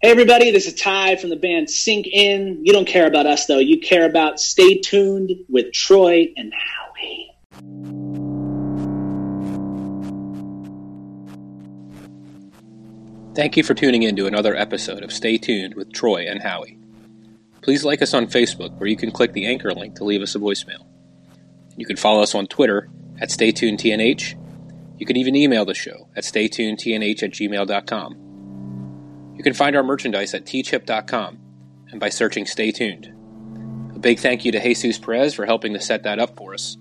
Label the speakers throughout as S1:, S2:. S1: Hey, everybody, this is Ty from the band Sink In. You don't care about us, though. You care about Stay Tuned with Troy and Howie.
S2: Thank you for tuning in to another episode of Stay Tuned with Troy and Howie. Please like us on Facebook, where you can click the anchor link to leave us a voicemail. You can follow us on Twitter at StayTunedTNH. You can even email the show at StayTunedTNH at gmail.com. You can find our merchandise at tchip.com and by searching Stay Tuned. A big thank you to Jesus Perez for helping to set that up for us.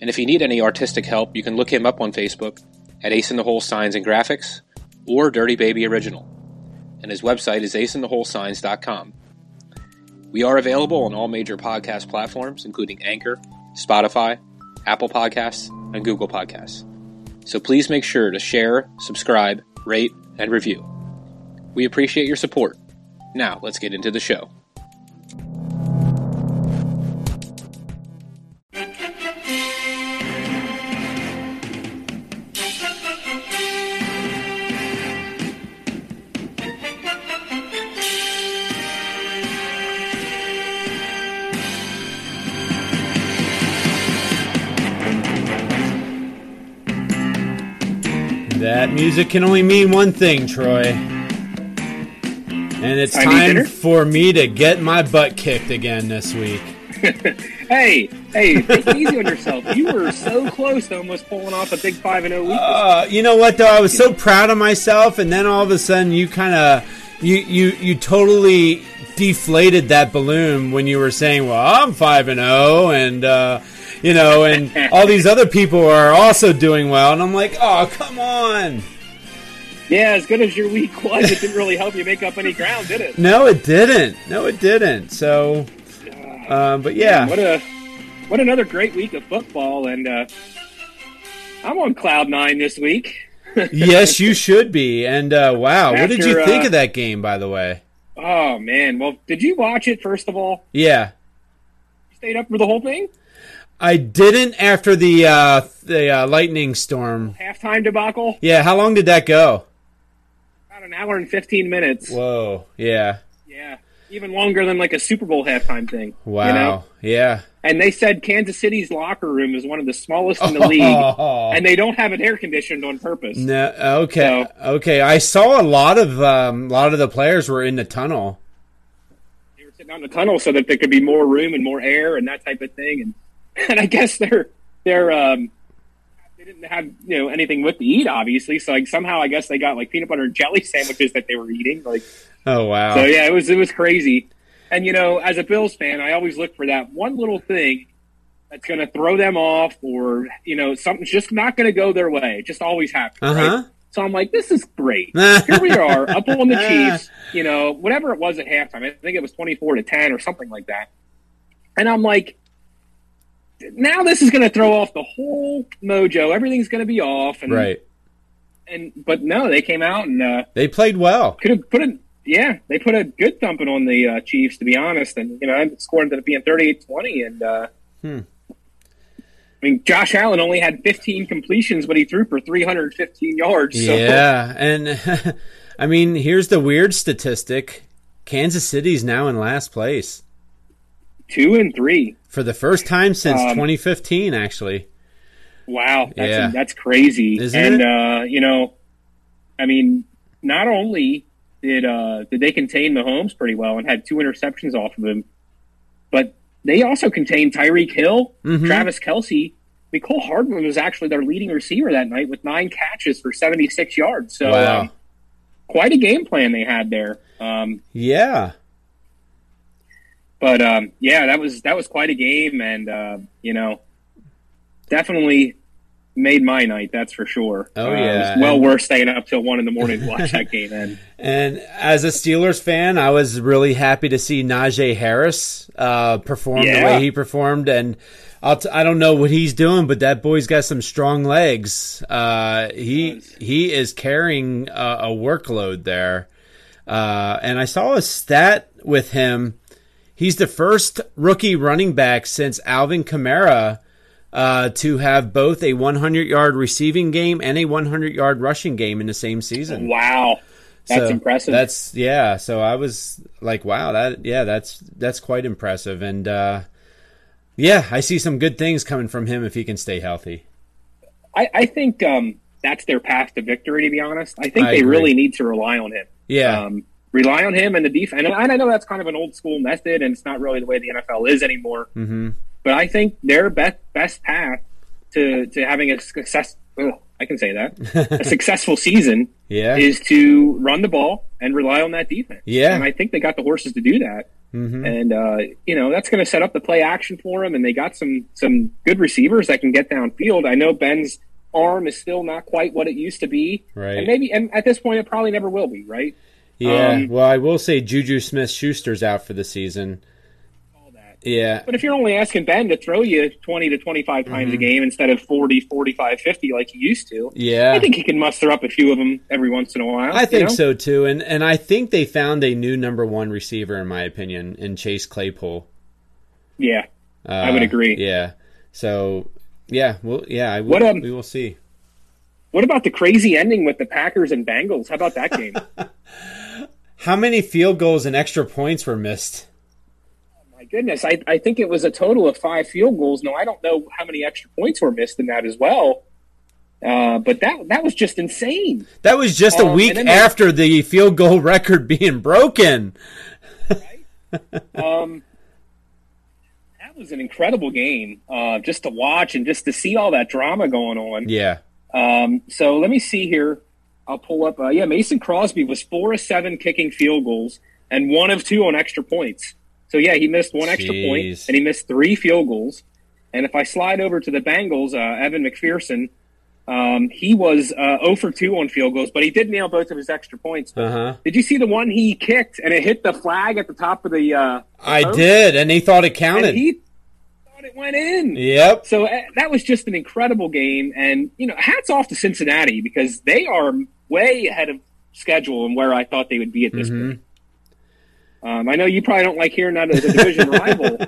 S2: And if you need any artistic help, you can look him up on Facebook at Ace in the Hole Signs and Graphics or Dirty Baby Original. And his website is aceintheholesigns.com. We are available on all major podcast platforms, including Anchor, Spotify, Apple Podcasts, and Google Podcasts. So please make sure to share, subscribe, rate, and review. We appreciate your support. Now, let's get into the show.
S3: That music can only mean one thing, Troy. And it's
S4: I need
S3: time
S4: dinner?
S3: for me to get my butt kicked again this week.
S4: Hey, hey, take it easy on yourself. You were so close to almost pulling off a big five and zero week.
S3: Uh, you know what though? I was so proud of myself, and then all of a sudden, you kind of you you you totally deflated that balloon when you were saying, "Well, I'm five and zero," and uh, you know, and all these other people are also doing well, and I'm like, "Oh, come on!"
S4: yeah, as good as your week was, it didn't really help you make up any ground, did it?
S3: No, it didn't. No, it didn't. So, uh, but yeah.
S4: What a what another great week of football, and uh, I'm on cloud nine this week.
S3: yes, you should be. And uh, wow, what did you
S4: After,
S3: think
S4: uh,
S3: of that game, by the way?
S4: Oh man, well, did you watch it first of all?
S3: Yeah,
S4: You stayed up for the whole thing,
S3: I didn't after the uh, the uh, lightning storm.
S4: halftime debacle,
S3: Yeah, how long did that go?
S4: about an hour and fifteen minutes.
S3: Whoa. Yeah.
S4: Yeah, even longer than like a Super Bowl halftime thing. you
S3: Wow.
S4: know?
S3: Yeah.
S4: and they said Kansas City's locker room is one of the smallest in the league,
S3: Oh.
S4: and they don't have it air conditioned on purpose.
S3: No. Okay.
S4: So-
S3: Okay. I saw a lot of um, a lot of the players were in the tunnel.
S4: They were sitting out in the tunnel so that there could be more room and more air and that type of thing. And and I guess they're they're um, they didn't have you know anything with to eat, obviously. So like somehow I guess they got like peanut butter and jelly sandwiches that they were eating. Like
S3: Oh wow.
S4: so, yeah, it was it was crazy. And you know, as a Bills fan, I always look for that one little thing. That's going to throw them off, or you know, something's just not going to go their way. It just always happens.
S3: Uh
S4: right?
S3: huh.
S4: So I'm like, this is great. Here we are, up on the Chiefs, you know, whatever it was at halftime. I think it was 24 to 10 or something like that. And I'm like, now this is going to throw off the whole mojo. Everything's going to be off. And,
S3: Right.
S4: And, but no, they came out and uh,
S3: They played well.
S4: could have put a, yeah, they put a good thumping on the uh, Chiefs, to be honest. And, you know, it scored ended up being 38 20. And, uh, I mean, Josh Allen only had 15 completions, but he threw for 315 yards. So.
S3: Yeah. And I mean, here's the weird statistic: Kansas City's now in last place.
S4: two and three.
S3: for the first time since
S4: Um,
S3: 2015 actually
S4: Wow, that's
S3: Yeah.
S4: that's crazy.
S3: Isn't
S4: and
S3: it?
S4: uh, you know, I mean, not only did uh, did they contain Mahomes pretty well and had two interceptions off of him, but they also contained Tyreek Hill,
S3: Mhm.
S4: Travis Kelsey. Nicole Hardman was actually their leading receiver that night with nine catches for 76 yards. So,
S3: Wow.
S4: um, quite a game plan they had there. Um,
S3: yeah
S4: but um, yeah, that was that was quite a game, and uh, you know, definitely made my night. That's for sure.
S3: Oh,
S4: Uh, it
S3: yeah,
S4: was well
S3: and-
S4: worth staying up till one in the morning to watch that game. And
S3: and as a steelers fan i was really happy to see najee harris uh, perform the
S4: Yeah.
S3: way he performed and I'll t- i don't know what he's doing but that boy's got some strong legs uh, he
S4: does.
S3: he is carrying a, a workload there uh, and i saw a stat with him he's the first rookie running back since alvin kamara uh, to have both a 100 yard receiving game and a 100 yard rushing game in the same season.
S4: wow, That's impressive.
S3: That's yeah. So I was like, wow, that yeah, that's that's quite impressive. And uh, yeah, I see some good things coming from him if he can stay healthy.
S4: I, I think um, that's their path to victory. To be honest, I think
S3: I
S4: they
S3: agree.
S4: really need to rely on him.
S3: Yeah.
S4: Um, rely on him and the defense. And, I know that's kind of an old school method, and it's not really the way the NFL is anymore.
S3: hmm
S4: But I think their best best path to to having a success. ugh, I can say that a successful season
S3: Yeah.
S4: is to run the ball and rely on that defense.
S3: Yeah. Mm-hmm.
S4: and I think they got the horses to do that. And uh, you know that's going to set up the play action for them, and they got some some good receivers that can get downfield. I know Ben's arm is still not quite what it used to be,
S3: Right.
S4: And maybe and at this point it probably never will be, right?
S3: yeah.
S4: um,
S3: well, I will say Juju Smith Schuster's out for the season.
S4: All that.
S3: Yeah.
S4: But if you're only asking Ben to throw you 20 to 25 times a
S3: Mm-hmm.
S4: game instead of 40, 45, 50 like he used to,
S3: Yeah.
S4: I think he can muster up a few of them every once in a while.
S3: I
S4: you
S3: think
S4: know?
S3: so too, and and I think they found a new number one receiver in my opinion in Chase Claypool.
S4: Yeah.
S3: Uh,
S4: I would agree.
S3: Yeah. So yeah, well yeah, I will,
S4: What, um,
S3: we will see.
S4: What about the crazy ending with the Packers and Bengals? How about that game?
S3: How many field goals and extra points were missed?
S4: My goodness, I, I think it was a total of five field goals. Now I don't know how many extra points were missed in that as well. Uh, but that that was just insane.
S3: That was just
S4: Um,
S3: a
S4: and
S3: week
S4: then they-
S3: after the field goal record being broken.
S4: Um, that was an incredible game uh, just to watch and just to see all that drama going on.
S3: Yeah.
S4: Um, so let me see here. I'll pull up. Uh, yeah, Mason Crosby was four of seven kicking field goals and one of two on extra points. So yeah, he missed one extra point
S3: Jeez.
S4: and he missed three field goals. And if I slide over to the Bengals, uh, Evan McPherson, um, he was uh, 0 for 2 on field goals, but he did nail both of his extra points. But
S3: Uh huh.
S4: did you see the one he kicked and it hit the flag at the top of the? Uh,
S3: I
S4: post?
S3: did, and he thought it counted.
S4: And he thought it went in.
S3: Yep.
S4: So uh, that was just an incredible game, and you know, hats off to Cincinnati because they are way ahead of schedule and where I thought they would be at this point. Um, I know you probably don't like hearing that as a division rival.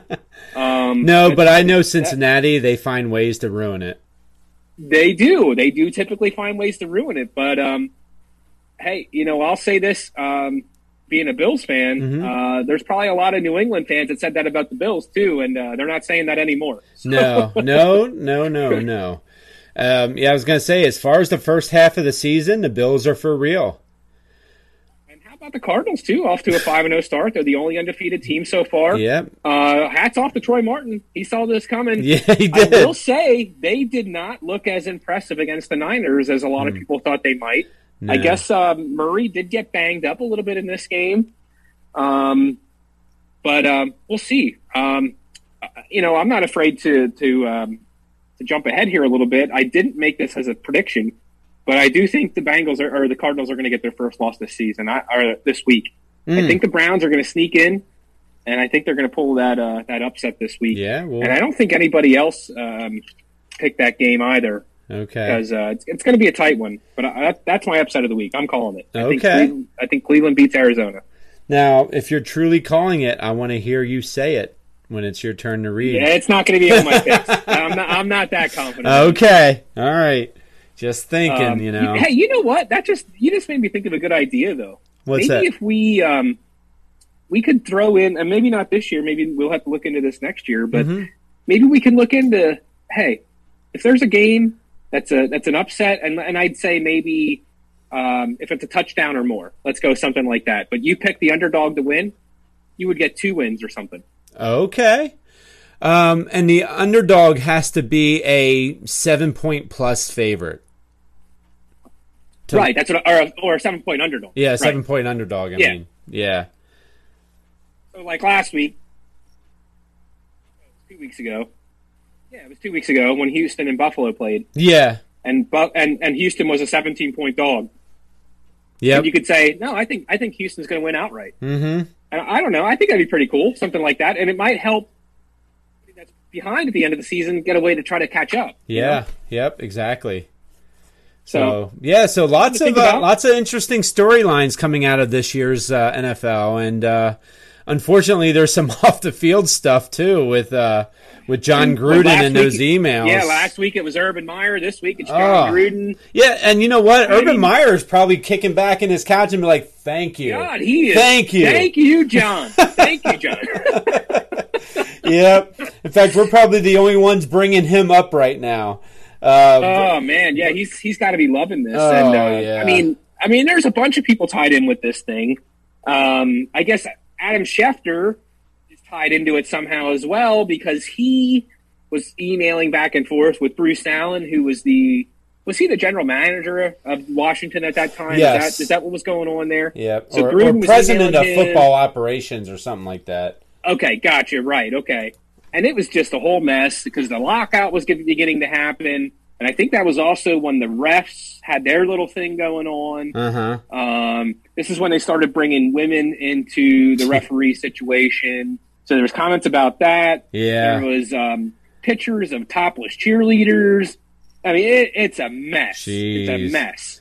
S4: Um,
S3: No, but I know Cincinnati. They find ways to ruin it.
S4: they do. They do typically find ways to ruin it. But um, hey, you know, I'll say this: um, being a Bills fan, uh, there's probably a lot of New England fans that said that about the Bills too, and uh, they're not saying that anymore.
S3: No, no, no, no, no. Um, yeah, I was gonna say, as far as the first half of the season, the Bills are for real.
S4: And how about the Cardinals too? Off to a five and zero start. They're the only undefeated team so far.
S3: Yep.
S4: Uh, hats off to Troy Martin. He saw this coming.
S3: Yeah, he
S4: I
S3: did.
S4: will say they did not look as impressive against the Niners as a lot
S3: Hmm.
S4: of people thought they might. I
S3: No.
S4: guess um, Murray did get banged up a little bit in this game, um, but um, we'll see. Um, uh, you know, I'm not afraid to to um, to jump ahead here a little bit. I didn't make this as a prediction, but I do think the Bengals are, or the Cardinals are going to get their first loss this season I, or this week.
S3: Hmm.
S4: I think the Browns are going to sneak in, and I think they're going to pull that uh, that upset this week.
S3: Yeah. Well.
S4: And I don't think anybody else um, picked that game either
S3: okay.
S4: because uh, it's, it's going to be a tight one. But I, that, that's my upset of the week. I'm calling it. I think
S3: Okay.
S4: Cleveland, I think Cleveland beats Arizona.
S3: Now, if you're truly calling it, I want to hear you say it when it's your turn to read.
S4: Yeah, it's not going to be on my picks. I'm not. I'm not that confident.
S3: Okay. All right. Just thinking,
S4: Um,
S3: you know.
S4: Hey, you know what? That just you just made me think of a good idea though.
S3: What's
S4: maybe
S3: that?
S4: if we um, we could throw in, and maybe not this year. Maybe we'll have to look into this next year. But
S3: Mm-hmm.
S4: maybe we can look into hey, if there's a game that's a that's an upset, and and I'd say maybe um, if it's a touchdown or more, let's go something like that. But you pick the underdog to win, you would get two wins or something.
S3: Okay. Um, and the underdog has to be a seven point plus favorite. To-
S4: right. That's what, or a, or a seven point underdog.
S3: Yeah,
S4: Right.
S3: seven point underdog. I
S4: Yeah.
S3: mean, yeah.
S4: So like last week, two weeks ago. Yeah, it was two weeks ago when Houston and Buffalo played,
S3: Yeah.
S4: and Bu- and and Houston was a 17 point dog.
S3: Yep.
S4: And you could say, no, I think I think Houston's going to win outright.
S3: mm-hmm.
S4: And I don't know. I think that'd be pretty cool, something like that, and it might help. somebody That's behind at the end of the season, get a way to try to catch up. you
S3: Yeah.
S4: know?
S3: Yep. Exactly.
S4: So
S3: So yeah, so lots
S4: to
S3: of
S4: think
S3: uh,
S4: about.
S3: lots of interesting storylines coming out of this year's uh, NFL, and uh, unfortunately, there's some off the field stuff too with uh, with John Gruden
S4: last
S3: and those
S4: week-
S3: emails.
S4: Yeah, last week it was Urban Meyer. This week it's John
S3: Oh.
S4: Gruden.
S3: Yeah, and you know what? Urban
S4: mean-
S3: Meyer is probably kicking back in his couch and be like, "Thank you,
S4: God, he is.
S3: thank you,
S4: Thank you, John. Thank you, John.
S3: yep." In fact, we're probably the only ones bringing him up right now. Uh,
S4: oh man, yeah, he's he's got to be loving this.
S3: Oh,
S4: and uh,
S3: yeah.
S4: I mean, I mean, there's a bunch of people tied in with this thing. Um, I guess Adam Schefter is tied into it somehow as well because he was emailing back and forth with Bruce Allen, who was the was he the general manager of Washington at that time?
S3: Yes.
S4: Is, that, is that what was going on there?
S3: yeah,
S4: So
S3: or,
S4: Gruden
S3: or
S4: was
S3: president of
S4: emailing him.
S3: football operations or something like that.
S4: Okay, gotcha. Right. Okay. And it was just a whole mess because the lockout was getting- beginning to happen. And I think that was also when the refs had their little thing going on.
S3: Uh huh.
S4: Um, this is when they started bringing women into the referee situation. So there was comments about that.
S3: Yeah.
S4: There was um, pictures of topless cheerleaders. I mean, it, it's a mess.
S3: Jeez.
S4: It's a mess.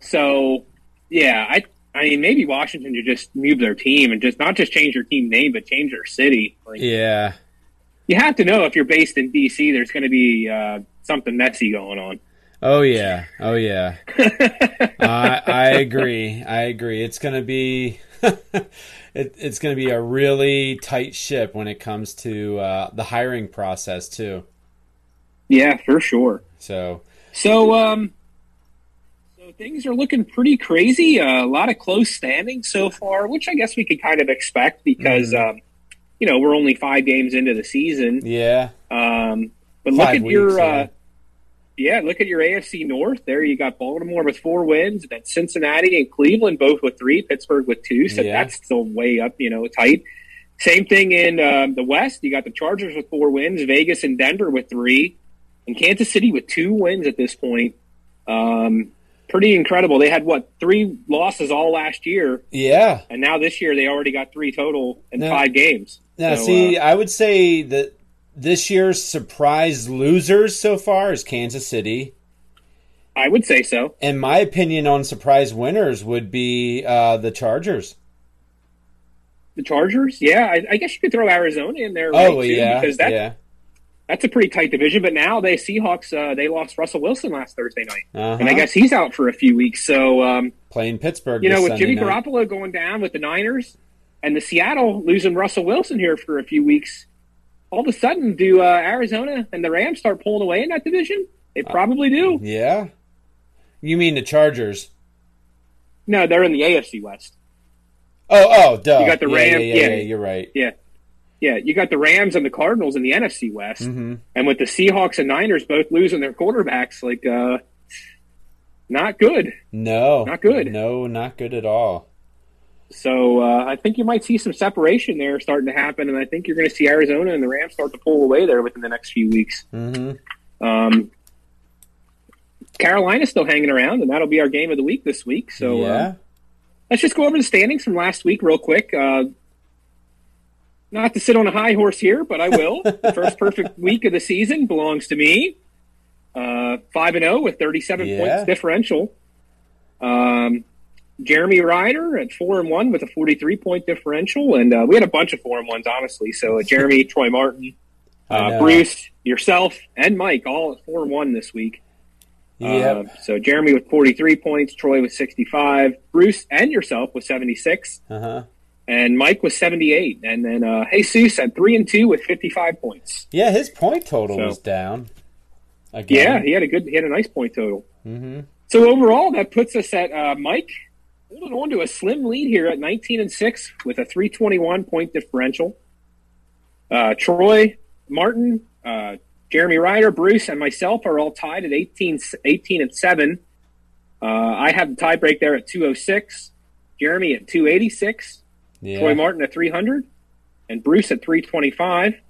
S4: So, yeah, I I mean, maybe Washington should just move their team and just not just change their team name, but change their city. Like,
S3: Yeah.
S4: You have to know if you're based in D.C., there's going to be uh, something messy going on.
S3: Oh yeah. Oh yeah. I I agree. I agree. It's gonna be it, it's gonna be a really tight ship when it comes to uh, the hiring process too.
S4: Yeah, for sure.
S3: So
S4: So, um, so things are looking pretty crazy. Uh, a lot of close standings so far, which I guess we could kind of expect because, um, you know, we're only five games into the season.
S3: yeah.
S4: Um, but look
S3: Five
S4: at
S3: weeks,
S4: your,
S3: yeah.
S4: uh, yeah, look at your AFC North. There you got Baltimore with four wins, and then Cincinnati and Cleveland both with three, Pittsburgh with two. So
S3: Yeah.
S4: that's still way up, you know, tight. Same thing in um, the West. You got the Chargers with four wins, Vegas and Denver with three, and Kansas City with two wins at this point. Um, pretty incredible. They had what three losses all last year,
S3: Yeah.
S4: and now this year they already got three total in
S3: Now-
S4: five games.
S3: Now
S4: So,
S3: see,
S4: uh,
S3: I would say that this year's surprise losers so far is Kansas City.
S4: I would say so.
S3: And my opinion on surprise winners would be uh, the Chargers.
S4: The Chargers, yeah, I, I guess you could throw Arizona in there.
S3: Oh
S4: right, too,
S3: yeah,
S4: because that
S3: yeah.
S4: that's a pretty tight division. But now they Seahawks, uh, they lost Russell Wilson last Thursday night,
S3: Uh-huh.
S4: and I guess he's out for a few weeks. So. Um,
S3: playing Pittsburgh.
S4: you know,
S3: this
S4: with
S3: Sunday
S4: Jimmy
S3: night.
S4: Garoppolo going down with the Niners and the Seattle losing Russell Wilson here for a few weeks, all of a sudden, do uh, Arizona and the Rams start pulling away in that division? They
S3: Uh,
S4: probably do.
S3: Yeah. You mean the Chargers?
S4: No, they're in the AFC West.
S3: Oh, oh, duh.
S4: You got the
S3: yeah,
S4: Ram-
S3: Yeah, yeah,
S4: yeah.
S3: yeah, you're right.
S4: Yeah. Yeah, you got the Rams and the Cardinals in the NFC West, and with the Seahawks and Niners both losing their quarterbacks, like uh, not good.
S3: No,
S4: Not good.
S3: No, not good at all.
S4: So uh, I think you might see some separation there starting to happen, and I think you're going to see Arizona and the Rams start to pull away there within the next few weeks.
S3: hmm
S4: Um, Carolina's still hanging around, and that'll be our game of the week this week. So
S3: yeah,
S4: uh, let's just go over the standings from last week real quick. Uh, not to sit on a high horse here, but I will. the first perfect week of the season belongs to me. Uh, Five and zero with thirty seven
S3: Yeah.
S4: points differential. Um, Jeremy Ryder at four and one with a forty three point differential, and uh, we had a bunch of four and ones honestly. So uh, Jeremy, Troy Martin,
S3: I know.
S4: uh, Bruce, yourself, and Mike all at four and one this week.
S3: Yep.
S4: Uh, so Jeremy with forty three points, Troy with sixty five, Bruce and yourself with seventy six,
S3: uh-huh.
S4: and Mike with seventy eight, and then uh, Jesus at three and two with fifty five points.
S3: Yeah, his point total
S4: So-
S3: was down.
S4: Yeah,
S3: Again.
S4: he had a good, he had a nice point total.
S3: Mhm.
S4: So overall, that puts us at uh, Mike holding on to a slim lead here at nineteen and six with a three twenty one point differential. Uh, Troy Martin, uh, Jeremy Ryder, Bruce, and myself are all tied at 18, 18 and seven. Uh, I have the tie break there at two oh six. Jeremy at two eighty six.
S3: Yeah.
S4: Troy Martin at 300 and Bruce at 325.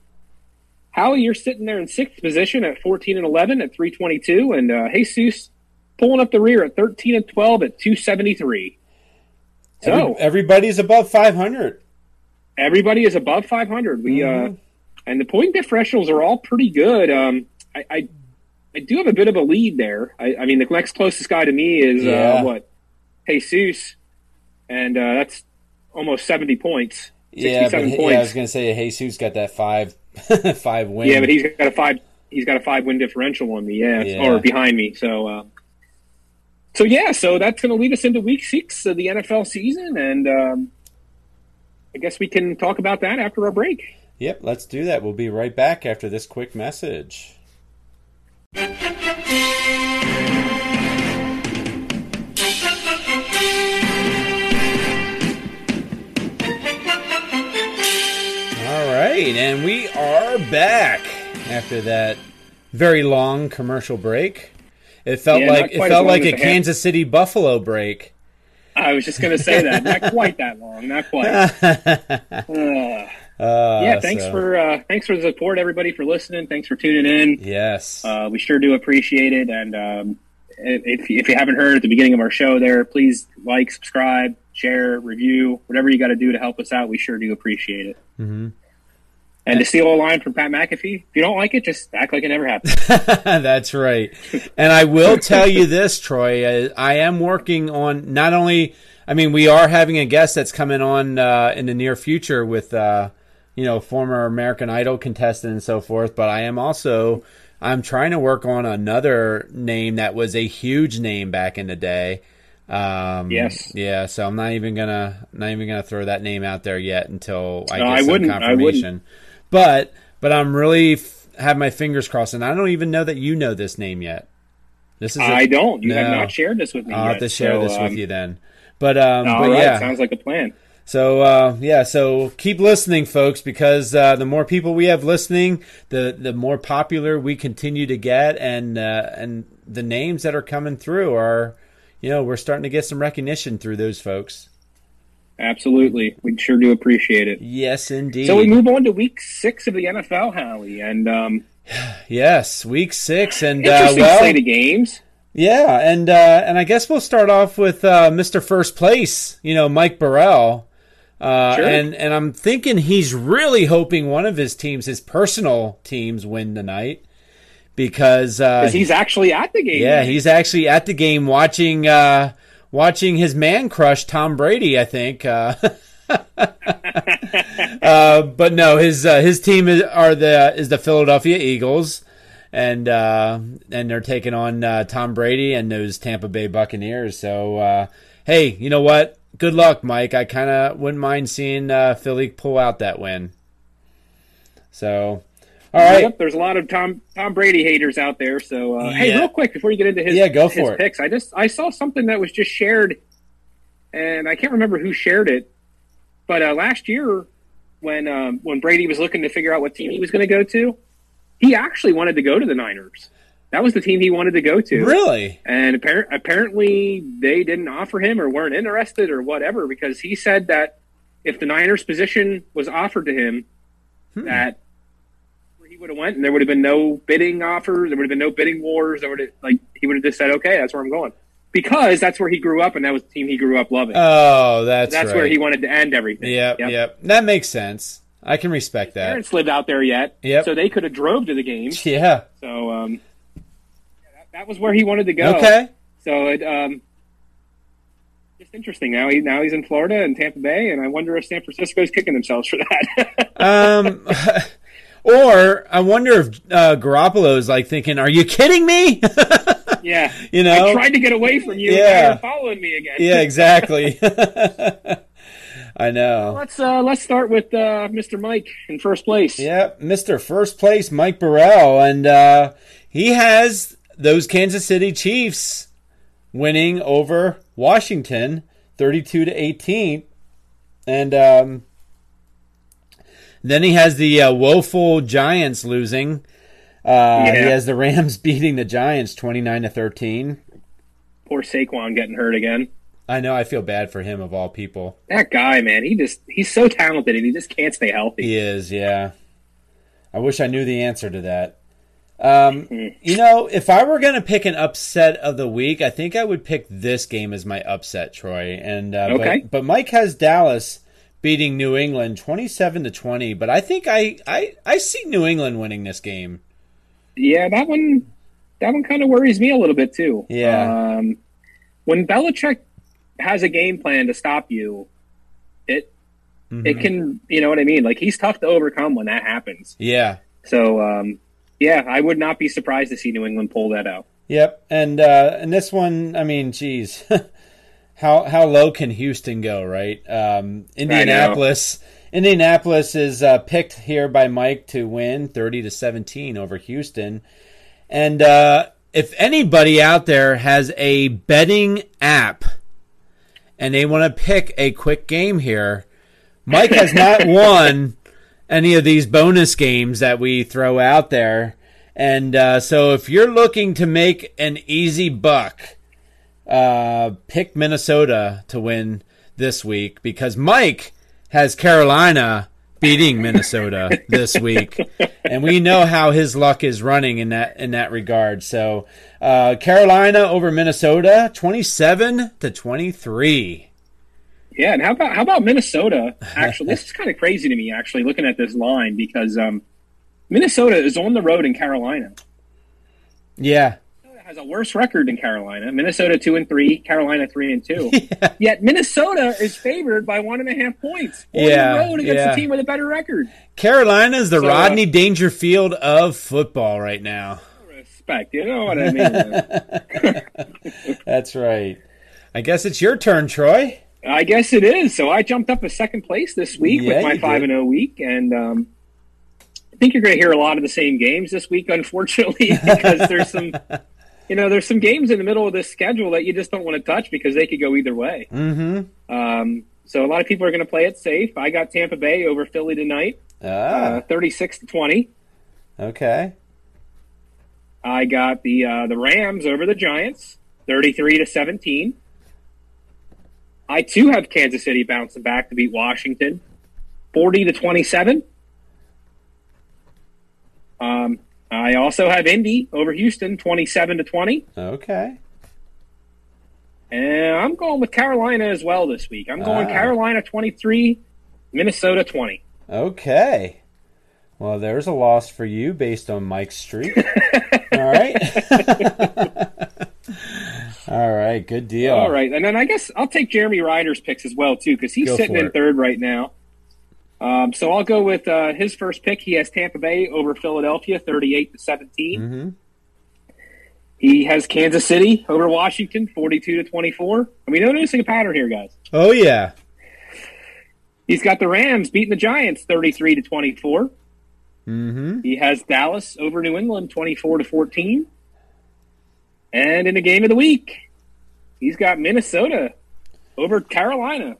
S4: Howie, you're sitting there in sixth position at 14 and 11 at 322, and uh, Jesus pulling up the rear at 13 and 12 at 273.
S3: Every-
S4: So
S3: everybody's above 500.
S4: everybody is above 500. We
S3: Mm-hmm.
S4: uh, and the point differentials are all pretty good. Um, I, I I do have a bit of a lead there. I, I mean, the next closest guy to me is
S3: Yeah.
S4: uh, what Jesus, and uh, that's almost 70 points.
S3: Yeah, but,
S4: 67
S3: yeah, I was
S4: points.
S3: gonna say Jesus got that five five win.
S4: Yeah, but he's got a five. He's got a five win differential on me. Yeah,
S3: Yeah.
S4: or behind me. So, uh, so yeah. So that's going to lead us into week six of the NFL season, and um, I guess we can talk about that after our break.
S3: Yep, let's do that. We'll be right back after this quick message. All right, and we are back after that very long commercial break. It felt
S4: Yeah, not
S3: like it
S4: quite as
S3: felt
S4: long
S3: like
S4: as
S3: a
S4: the hand-
S3: Kansas City Buffalo break.
S4: I was just going to say that. not quite that long. Not quite. Ugh.
S3: Uh,
S4: yeah. Thanks
S3: so-
S4: for uh, thanks for the support, everybody, for listening. Thanks for tuning in.
S3: yes.
S4: Uh, we sure do appreciate it. And um, if, if you haven't heard at the beginning of our show there, please like, subscribe, share, review, whatever you got to do to help us out. We sure do appreciate it. Mm-hmm. And to steal a line from Pat McAfee, if you don't like it, just act like it never happened.
S3: That's right. And I will tell you this, Troy. I, I am working on not only. I mean, we are having a guest that's coming on uh, in the near future with, uh, you know, former American Idol contestant and so forth. But I am also. I'm trying to work on another name that was a huge name back in the day. Um,
S4: Yes.
S3: Yeah. So I'm not even gonna not even gonna throw that name out there yet until I
S4: No,
S3: get
S4: I
S3: some
S4: wouldn't. I
S3: confirmation.
S4: wouldn't.
S3: But but I'm really f- have my fingers crossed, and I don't even know that you know this name yet. This is a-
S4: I don't. You have
S3: No.
S4: not shared this with me.
S3: I'll
S4: yet.
S3: have to share
S4: So,
S3: this with
S4: um,
S3: you then. But um,
S4: All
S3: but
S4: right.
S3: yeah,
S4: Sounds like a plan.
S3: so uh, yeah, so keep listening, folks, because uh, the more people we have listening, the the more popular we continue to get, and uh, and the names that are coming through are, you know, we're starting to get some recognition through those folks.
S4: Absolutely. We sure do appreciate it.
S3: Yes, indeed.
S4: So we move on to week six of the NFL, Howie, and um,
S3: yes, week six, and uh,
S4: interesting
S3: well,
S4: slate of games.
S3: Yeah, and uh, and I guess we'll start off with uh, Mr. First Place, you know, Mike Burrell. Uh,
S4: Sure.
S3: And and I'm thinking he's really hoping one of his teams, his personal teams, win tonight because uh,
S4: 'Cause He's actually at the game.
S3: yeah, he's actually at the game watching uh, watching his man crush Tom Brady. I think. Uh, uh, but no, his uh, his team is are the is the Philadelphia Eagles, and uh, and they're taking on uh, Tom Brady and those Tampa Bay Buccaneers. So uh, hey, you know what? Good luck, Mike. I kind of wouldn't mind seeing uh, Philly pull out that win. So, all right.
S4: Yep, there's a lot of Tom Tom Brady haters out there. So uh, hey,
S3: Yeah.
S4: real quick before you get into his
S3: Yeah, go
S4: his
S3: for it.
S4: picks, I just I saw something that was just shared, and I can't remember who shared it, but uh, last year when um, when Brady was looking to figure out what team he was going to go to, he actually wanted to go to the Niners. That was the team he wanted to go to.
S3: Really?
S4: And appar- apparently, they didn't offer him or weren't interested or whatever because he said that if the Niners position was offered to him,
S3: Hmm.
S4: that he would have went and there would have been no bidding offers, there would have been no bidding wars. There would have like he would have just said, "Okay, that's where I'm going," because that's where he grew up and that was the team he grew up loving.
S3: Oh, that's
S4: that's
S3: right.
S4: where he wanted to end everything.
S3: Yep, yep, That makes sense. I can respect that.
S4: Parents lived out there yet,
S3: Yep.
S4: so they could have drove to the game.
S3: Yeah.
S4: So um, yeah, that, that was where he wanted to go.
S3: Okay.
S4: So it um, just interesting. Now he now he's in Florida and Tampa Bay, and I wonder if San Francisco's kicking themselves for that.
S3: Um, or I wonder if uh, Garoppolo is like thinking, "Are you kidding me?"
S4: yeah,
S3: You know?
S4: I tried to get away from you.
S3: Yeah.
S4: and you're following me again.
S3: yeah, exactly. I know.
S4: Let's uh, let's start with uh, Mr. Mike in first place.
S3: Yeah, Mister First Place, Mike Burrell, and uh, he has those Kansas City Chiefs winning over Washington, thirty-two to eighteen, and um, then he has the uh, woeful Giants losing. Uh, He
S4: Yeah.
S3: has the Rams beating the Giants twenty-nine to thirteen.
S4: Poor Saquon getting hurt again.
S3: I know. I feel bad for him of all people.
S4: That guy, man, he just he's so talented and he just can't stay healthy.
S3: He is, yeah. I wish I knew the answer to that. Um, you know, if I were going to pick an upset of the week, I think I would pick this game as my upset, Troy. And uh, but-
S4: Okay.
S3: but, Mike has Dallas beating New England twenty-seven to twenty. But I think I, I I see New England winning this game.
S4: Yeah, that one that one kind of worries me a little bit too.
S3: Yeah.
S4: Um, when Belichick has a game plan to stop you, it It can, you know what I mean? Like he's tough to overcome when that happens.
S3: Yeah.
S4: So, um, yeah, I would not be surprised to see New England pull that out.
S3: Yep. And uh, and this one, I mean, geez, how how low can Houston go, right? Um, Indianapolis. Indianapolis is uh, picked here by Mike to win thirty to seventeen over Houston. And uh, if anybody out there has a betting app and they want to pick a quick game here, Mike has not won any of these bonus games that we throw out there. And uh, so if you're looking to make an easy buck, uh, pick Minnesota to win this week because Mike has Carolina beating Minnesota this week, and we know how his luck is running in that in that regard. So uh, Carolina over Minnesota, twenty-seven to twenty-three.
S4: Yeah, and how about how about Minnesota? Actually, this is kind of crazy to me. Actually, looking at this line because um, Minnesota is on the road in Carolina.
S3: Yeah,
S4: Minnesota has a worse record than Carolina. Minnesota two and three, Carolina three and two. Yet Minnesota is favored by one and a half points on
S3: Yeah,
S4: the road against
S3: yeah.
S4: a team with a better record.
S3: Carolina is the
S4: So, uh,
S3: Rodney Dangerfield of football right now.
S4: Respect, you know what I mean?
S3: That's right. I guess it's your turn, Troy.
S4: I guess it is. So I jumped up a second place this week
S3: Yeah,
S4: with my
S3: you
S4: five
S3: did.
S4: and zero week, and um, I think you're going to hear a lot of the same games this week, unfortunately, because there's some, you know, there's some games in the middle of this schedule that you just don't want to touch because they could go either way.
S3: Mm-hmm.
S4: Um, so a lot of people are going to play it safe. I got Tampa Bay over Philly tonight, uh,
S3: Ah,
S4: thirty six to twenty.
S3: okay.
S4: I got the uh, the Rams over the Giants, thirty three to seventeen. I too have Kansas City bouncing back to beat Washington, forty to twenty seven. Um, I also have Indy over Houston, twenty seven to twenty,
S3: Okay.
S4: and I'm going with Carolina as well this week. I'm going
S3: Ah.
S4: Carolina twenty three, Minnesota twenty.
S3: Okay. Well, there's a loss for you based on Mike's streak. All right. All right. Good deal.
S4: All right, and then I guess I'll take Jeremy Ryder's picks as well too because he's
S3: Go
S4: sitting
S3: for
S4: in
S3: it.
S4: third right now. Um, so I'll go with uh, his first pick. He has Tampa Bay over Philadelphia, thirty-eight to 17
S3: Mhm.
S4: He has Kansas City over Washington, forty-two to twenty-four. I mean, noticing a pattern here, guys.
S3: Oh yeah.
S4: He's got the Rams beating the Giants, thirty-three to twenty-four.
S3: Mm-hmm.
S4: He has Dallas over New England, twenty-four to fourteen. And in the game of the week, he's got Minnesota over Carolina,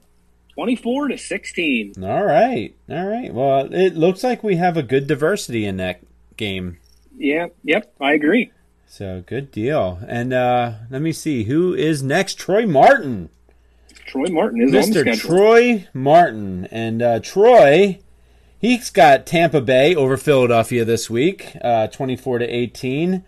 S4: twenty-four to sixteen.
S3: All right. All right. Well, it looks like we have a good diversity in that game.
S4: Yeah, yep, I agree.
S3: So good deal. And uh, let me see who is next. Troy Martin,
S4: Troy Martin is on the
S3: Mister
S4: schedule.
S3: Troy Martin, and uh, Troy. He's got Tampa Bay over Philadelphia this week, uh, twenty-four to eighteen.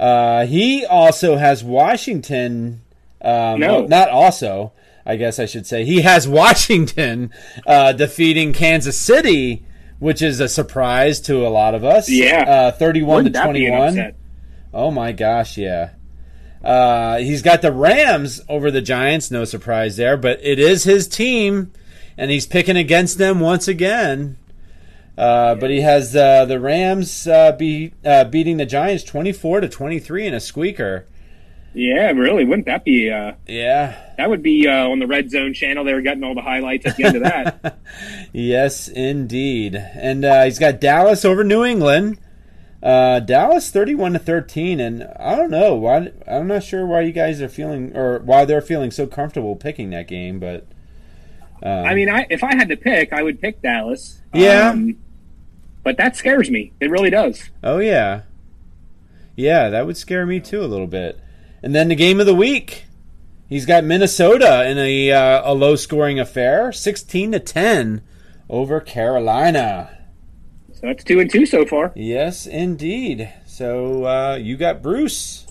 S3: Uh, he also has Washington. Um,
S4: No.
S3: well, not also. I guess I should say he has Washington uh, defeating Kansas City, which is a surprise to a lot of us.
S4: Yeah.
S3: uh, thirty-one
S4: Where
S3: to
S4: did that be an
S3: twenty-one.
S4: upset?
S3: Oh my gosh, yeah. Uh, he's got the Rams over the Giants, no surprise there, but it is his team, and he's picking against them once again. Uh, But he has uh, the Rams uh, be, uh, beating the Giants twenty-four to twenty-three in a squeaker.
S4: Yeah, really. Wouldn't that be? Uh,
S3: Yeah,
S4: that would be uh, on the Red Zone channel. They were getting all the highlights at the end of that.
S3: yes, indeed. And uh, he's got Dallas over New England. Uh, Dallas thirty-one to thirteen, and I don't know why. I'm not sure why you guys are feeling or why they're feeling so comfortable picking that game, but.
S4: I mean, I, if I had to pick, I would pick Dallas. Um,
S3: Yeah.
S4: but that scares me. It really does.
S3: Oh yeah, yeah, that would scare me too a little bit. And then the game of the week, he's got Minnesota in a uh, a low scoring affair, sixteen to ten over Carolina.
S4: So that's two and two so far.
S3: Yes, indeed. So uh, you got Bruce.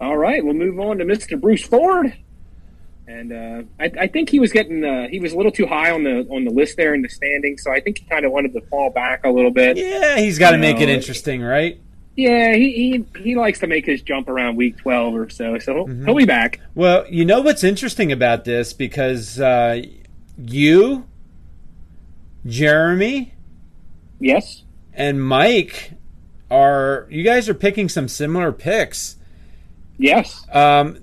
S4: All right, we'll move on to Mr. Bruce Ford. And uh, I, I think he was getting uh, he was a little too high on the on the list there in the standing, so I think he kind of wanted to fall back a little bit.
S3: Yeah, he's got to make it
S4: No.
S3: interesting, right?
S4: Yeah, he, he he likes to make his jump around week twelve or so, so he'll-
S3: Mm-hmm.
S4: he'll be back.
S3: Well, you know what's interesting about this because uh, you Jeremy
S4: Yes.
S3: and Mike are you guys are picking some similar picks.
S4: Yes.
S3: Um,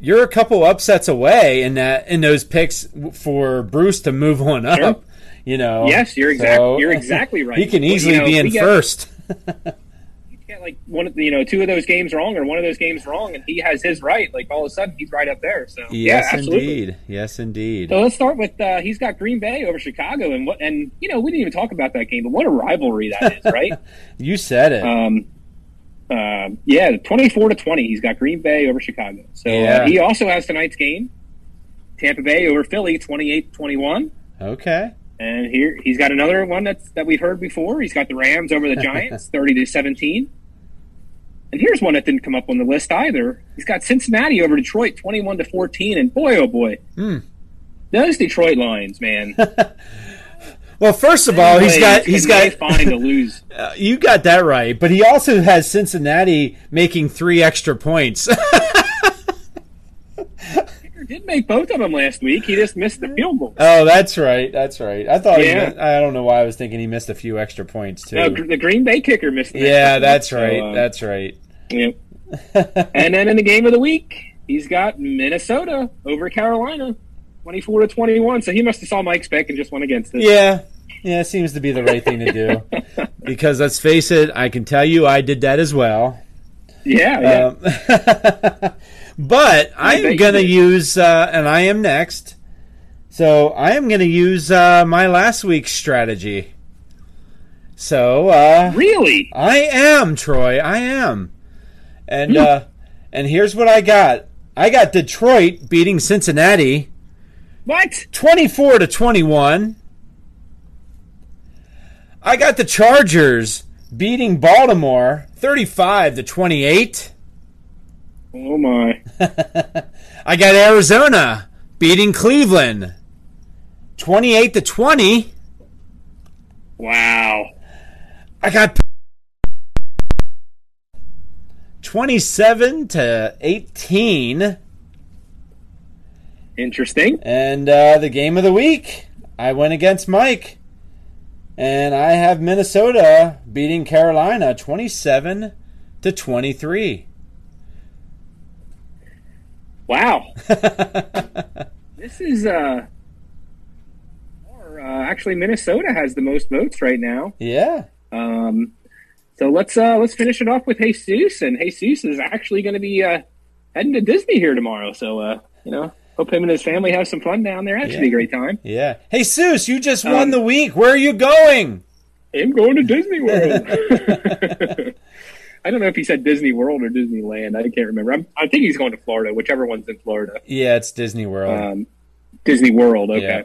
S3: you're a couple upsets away in that in those picks w- for Bruce to move on up.
S4: Sure.
S3: You know.
S4: Yes, you're exact- you're exactly right.
S3: He can
S4: Well, you
S3: easily
S4: know,
S3: be in
S4: we get-
S3: first.
S4: Get like one of the, you know two of those games wrong or one of those games wrong, and he has his right. Like all of a sudden he's right up there. So
S3: Yes,
S4: yeah, absolutely.
S3: indeed. Yes, indeed.
S4: So let's start with uh, he's got Green Bay over Chicago, and what and you know we didn't even talk about that game, but what a rivalry that is, right?
S3: You said it.
S4: um, uh, yeah, twenty four to twenty, he's got Green Bay over Chicago. So
S3: Yeah.
S4: uh, he also has tonight's game, Tampa Bay over Philly, 28-21.
S3: okay.
S4: and here he's got another one that's that we've heard before. He's got the Rams over the Giants, thirty to seventeen. And here's one that didn't come up on the list either. He's got Cincinnati over Detroit, twenty-one to fourteen, and boy, oh boy, those Detroit Lions, man.
S3: Well, first of
S4: Oh,
S3: all, he's got he's got
S4: fine to lose.
S3: you got that right, but he also has Cincinnati making three extra points.
S4: He did make both of them last week. He just missed the field goal.
S3: oh, that's right. That's right. I thought he
S4: Yeah.
S3: mi- I don't know why I was thinking he missed a few extra points too.
S4: No, gr- the Green Bay kicker missed. the
S3: yeah,
S4: extra
S3: that's
S4: point.
S3: right. that's right.
S4: So, um, Yep. and then in the game of the week, he's got Minnesota over Carolina, twenty-four to twenty-one. So he must have saw Mike's pick and just went against it.
S3: Yeah. Yeah, it seems to be the right thing to do. because let's face it, I can tell you I did that as well.
S4: Yeah, yeah.
S3: Um, but I
S4: bet
S3: am
S4: you
S3: going to
S4: did.
S3: use, uh, and I am next. So I am going to use uh, my last week's strategy. So uh,
S4: really?
S3: I am Troy. I am, and
S4: Hmm.
S3: uh, and here's what I got. I got Detroit beating Cincinnati
S4: What?
S3: 24 to 21. I got the Chargers beating Baltimore 35 to 28.
S4: Oh my!
S3: I got Arizona beating Cleveland 28 to 20.
S4: Wow!
S3: I got 27 to 18
S4: Interesting.
S3: and uh, the game of the week I went against Mike and I have Minnesota beating Carolina 27 to 23.
S4: Wow! this is uh, or, uh, actually Minnesota has the most votes right now.
S3: yeah.
S4: Um, so let's uh, let's finish it off with Jesus, and Jesus is actually going to be uh, heading to Disney here tomorrow. So uh, you know, hope him and his family have some fun down there. That should be a great time.
S3: Yeah. Hey, Seuss, you just won
S4: Um,
S3: the week. Where are you going?
S4: I'm going to Disney World. I don't know if he said Disney World or Disneyland. I can't remember. I'm, I think he's going to Florida, whichever one's in Florida.
S3: Yeah, it's Disney World.
S4: Um, Disney World. Okay.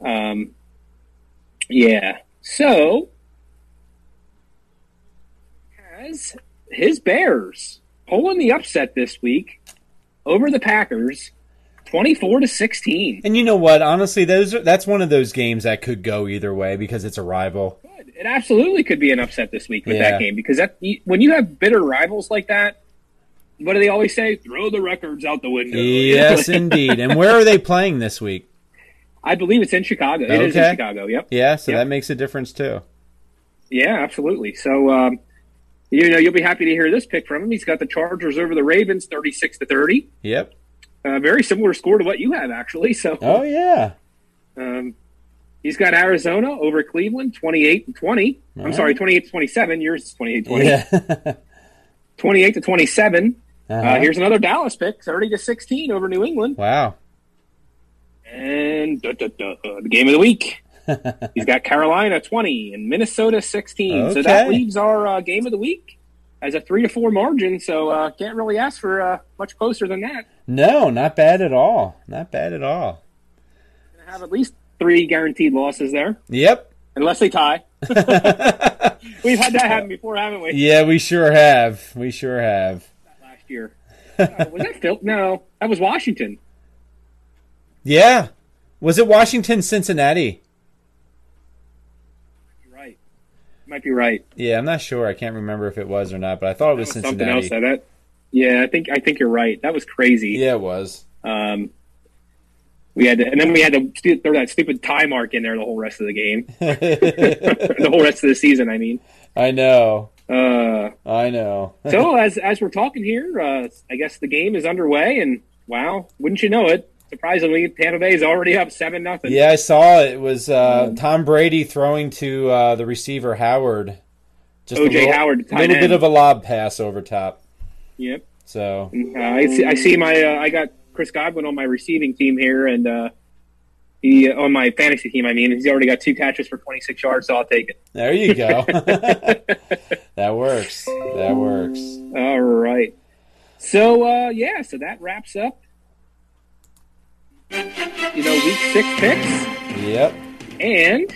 S4: Um, yeah. So has his Bears pulling the upset this week over the Packers, twenty-four to sixteen.
S3: And you know what? Honestly, those are, that's one of those games that could go either way because it's a rival.
S4: It absolutely could be an upset this week with
S3: Yeah.
S4: that game because that when you have bitter rivals like that, what do they always say? Throw the records out the window.
S3: Yes, indeed. And where are they playing this week?
S4: I believe it's in Chicago. It is
S3: Okay.
S4: in Chicago. Yep.
S3: Yeah, so
S4: Yep.
S3: that makes a difference too.
S4: Yeah, absolutely. So, um, you know, you'll be happy to hear this pick from him. He's got the Chargers over the Ravens, thirty-six to thirty.
S3: Yep.
S4: Uh, very similar score to what you have, actually. So,
S3: Oh yeah.
S4: um, he's got Arizona over Cleveland, twenty-eight and twenty. I'm sorry, twenty-eight to twenty-seven. Yours is twenty-eight twenty.
S3: Yeah.
S4: Twenty-eight to twenty-seven.
S3: Uh-huh.
S4: Uh, here's another Dallas pick, thirty to sixteen over New England,
S3: wow.
S4: and duh, duh, duh, uh, the game of the week. He's got Carolina twenty and Minnesota sixteen. So that
S3: Okay.
S4: leaves our uh, game of the week as a three to four margin. So uh, can't really ask for uh, much closer than that.
S3: No, not bad at all. Not bad at all.
S4: Gonna have at least three guaranteed losses there,
S3: Yep.
S4: unless they tie. We've had that happen before, haven't we?
S3: Yeah, we sure have. We sure have.
S4: Last year. Uh, was that Phil? No, that was Washington.
S3: Yeah. Was it Washington Cincinnati?
S4: You're right. You might be right.
S3: Yeah, I'm not sure. I can't remember if it was or not, but I thought it was,
S4: That was something
S3: Cincinnati.
S4: else. That, that. Yeah, I think I think you're right. That was crazy.
S3: yeah, it was.
S4: Um, We had to, and then we had to st- throw that stupid tie mark in there the whole rest of the game, the whole rest of the season. I mean,
S3: I know.
S4: uh,
S3: I know.
S4: so as as we're talking here, uh, I guess the game is underway, and wow, wouldn't you know it? Surprisingly, Tampa Bay is already up seven nothing.
S3: Yeah, I saw it. It was
S4: Mm-hmm.
S3: uh, Tom Brady throwing to uh, the receiver Howard. Just
S4: O.J.
S3: a little,
S4: Howard, tight
S3: little bit
S4: end.
S3: of a lob pass over top.
S4: Yep.
S3: So
S4: Uh, I see. I see. My uh, I got Chris Godwin on my receiving team here, and uh, he on my fantasy team. I mean, he's already got two catches for 26 yards, so I'll take it.
S3: there you go. that works. That works.
S4: All right. So uh, yeah, so that wraps up. You know, week six picks,
S3: Yep.
S4: and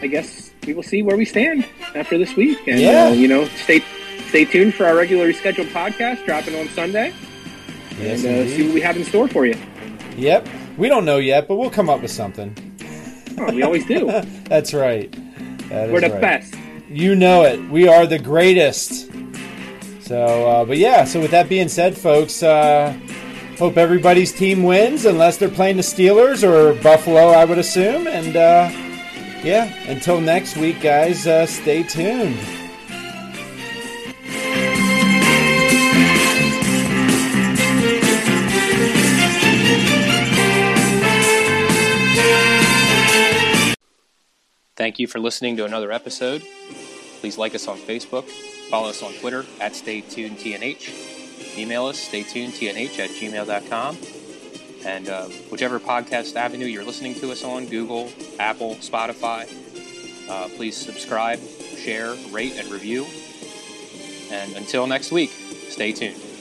S4: I guess we will see where we stand after this week. And
S3: Yeah.
S4: uh, you know, stay stay tuned for our regularly scheduled podcast dropping on Sunday,
S3: Yes,
S4: and uh, see
S3: indeed.
S4: what we have in store for you.
S3: Yep. We don't know yet, but we'll come up with something.
S4: Oh, we always do.
S3: That's right. That is
S4: We're the
S3: right.
S4: best.
S3: You know it. We are the greatest. So, uh, but yeah. So with that being said, folks, uh, hope everybody's team wins, unless they're playing the Steelers or Buffalo, I would assume. And uh, yeah, until next week, guys, uh, stay tuned.
S2: Thank you for listening to another episode. Please like us on Facebook, follow us on Twitter at StayTunedTNH, email us StayTunedTNH at gmail.com, and uh, whichever podcast avenue you're listening to us on Google, Apple, Spotify uh, please subscribe, share, rate, and review. And until next week, stay tuned.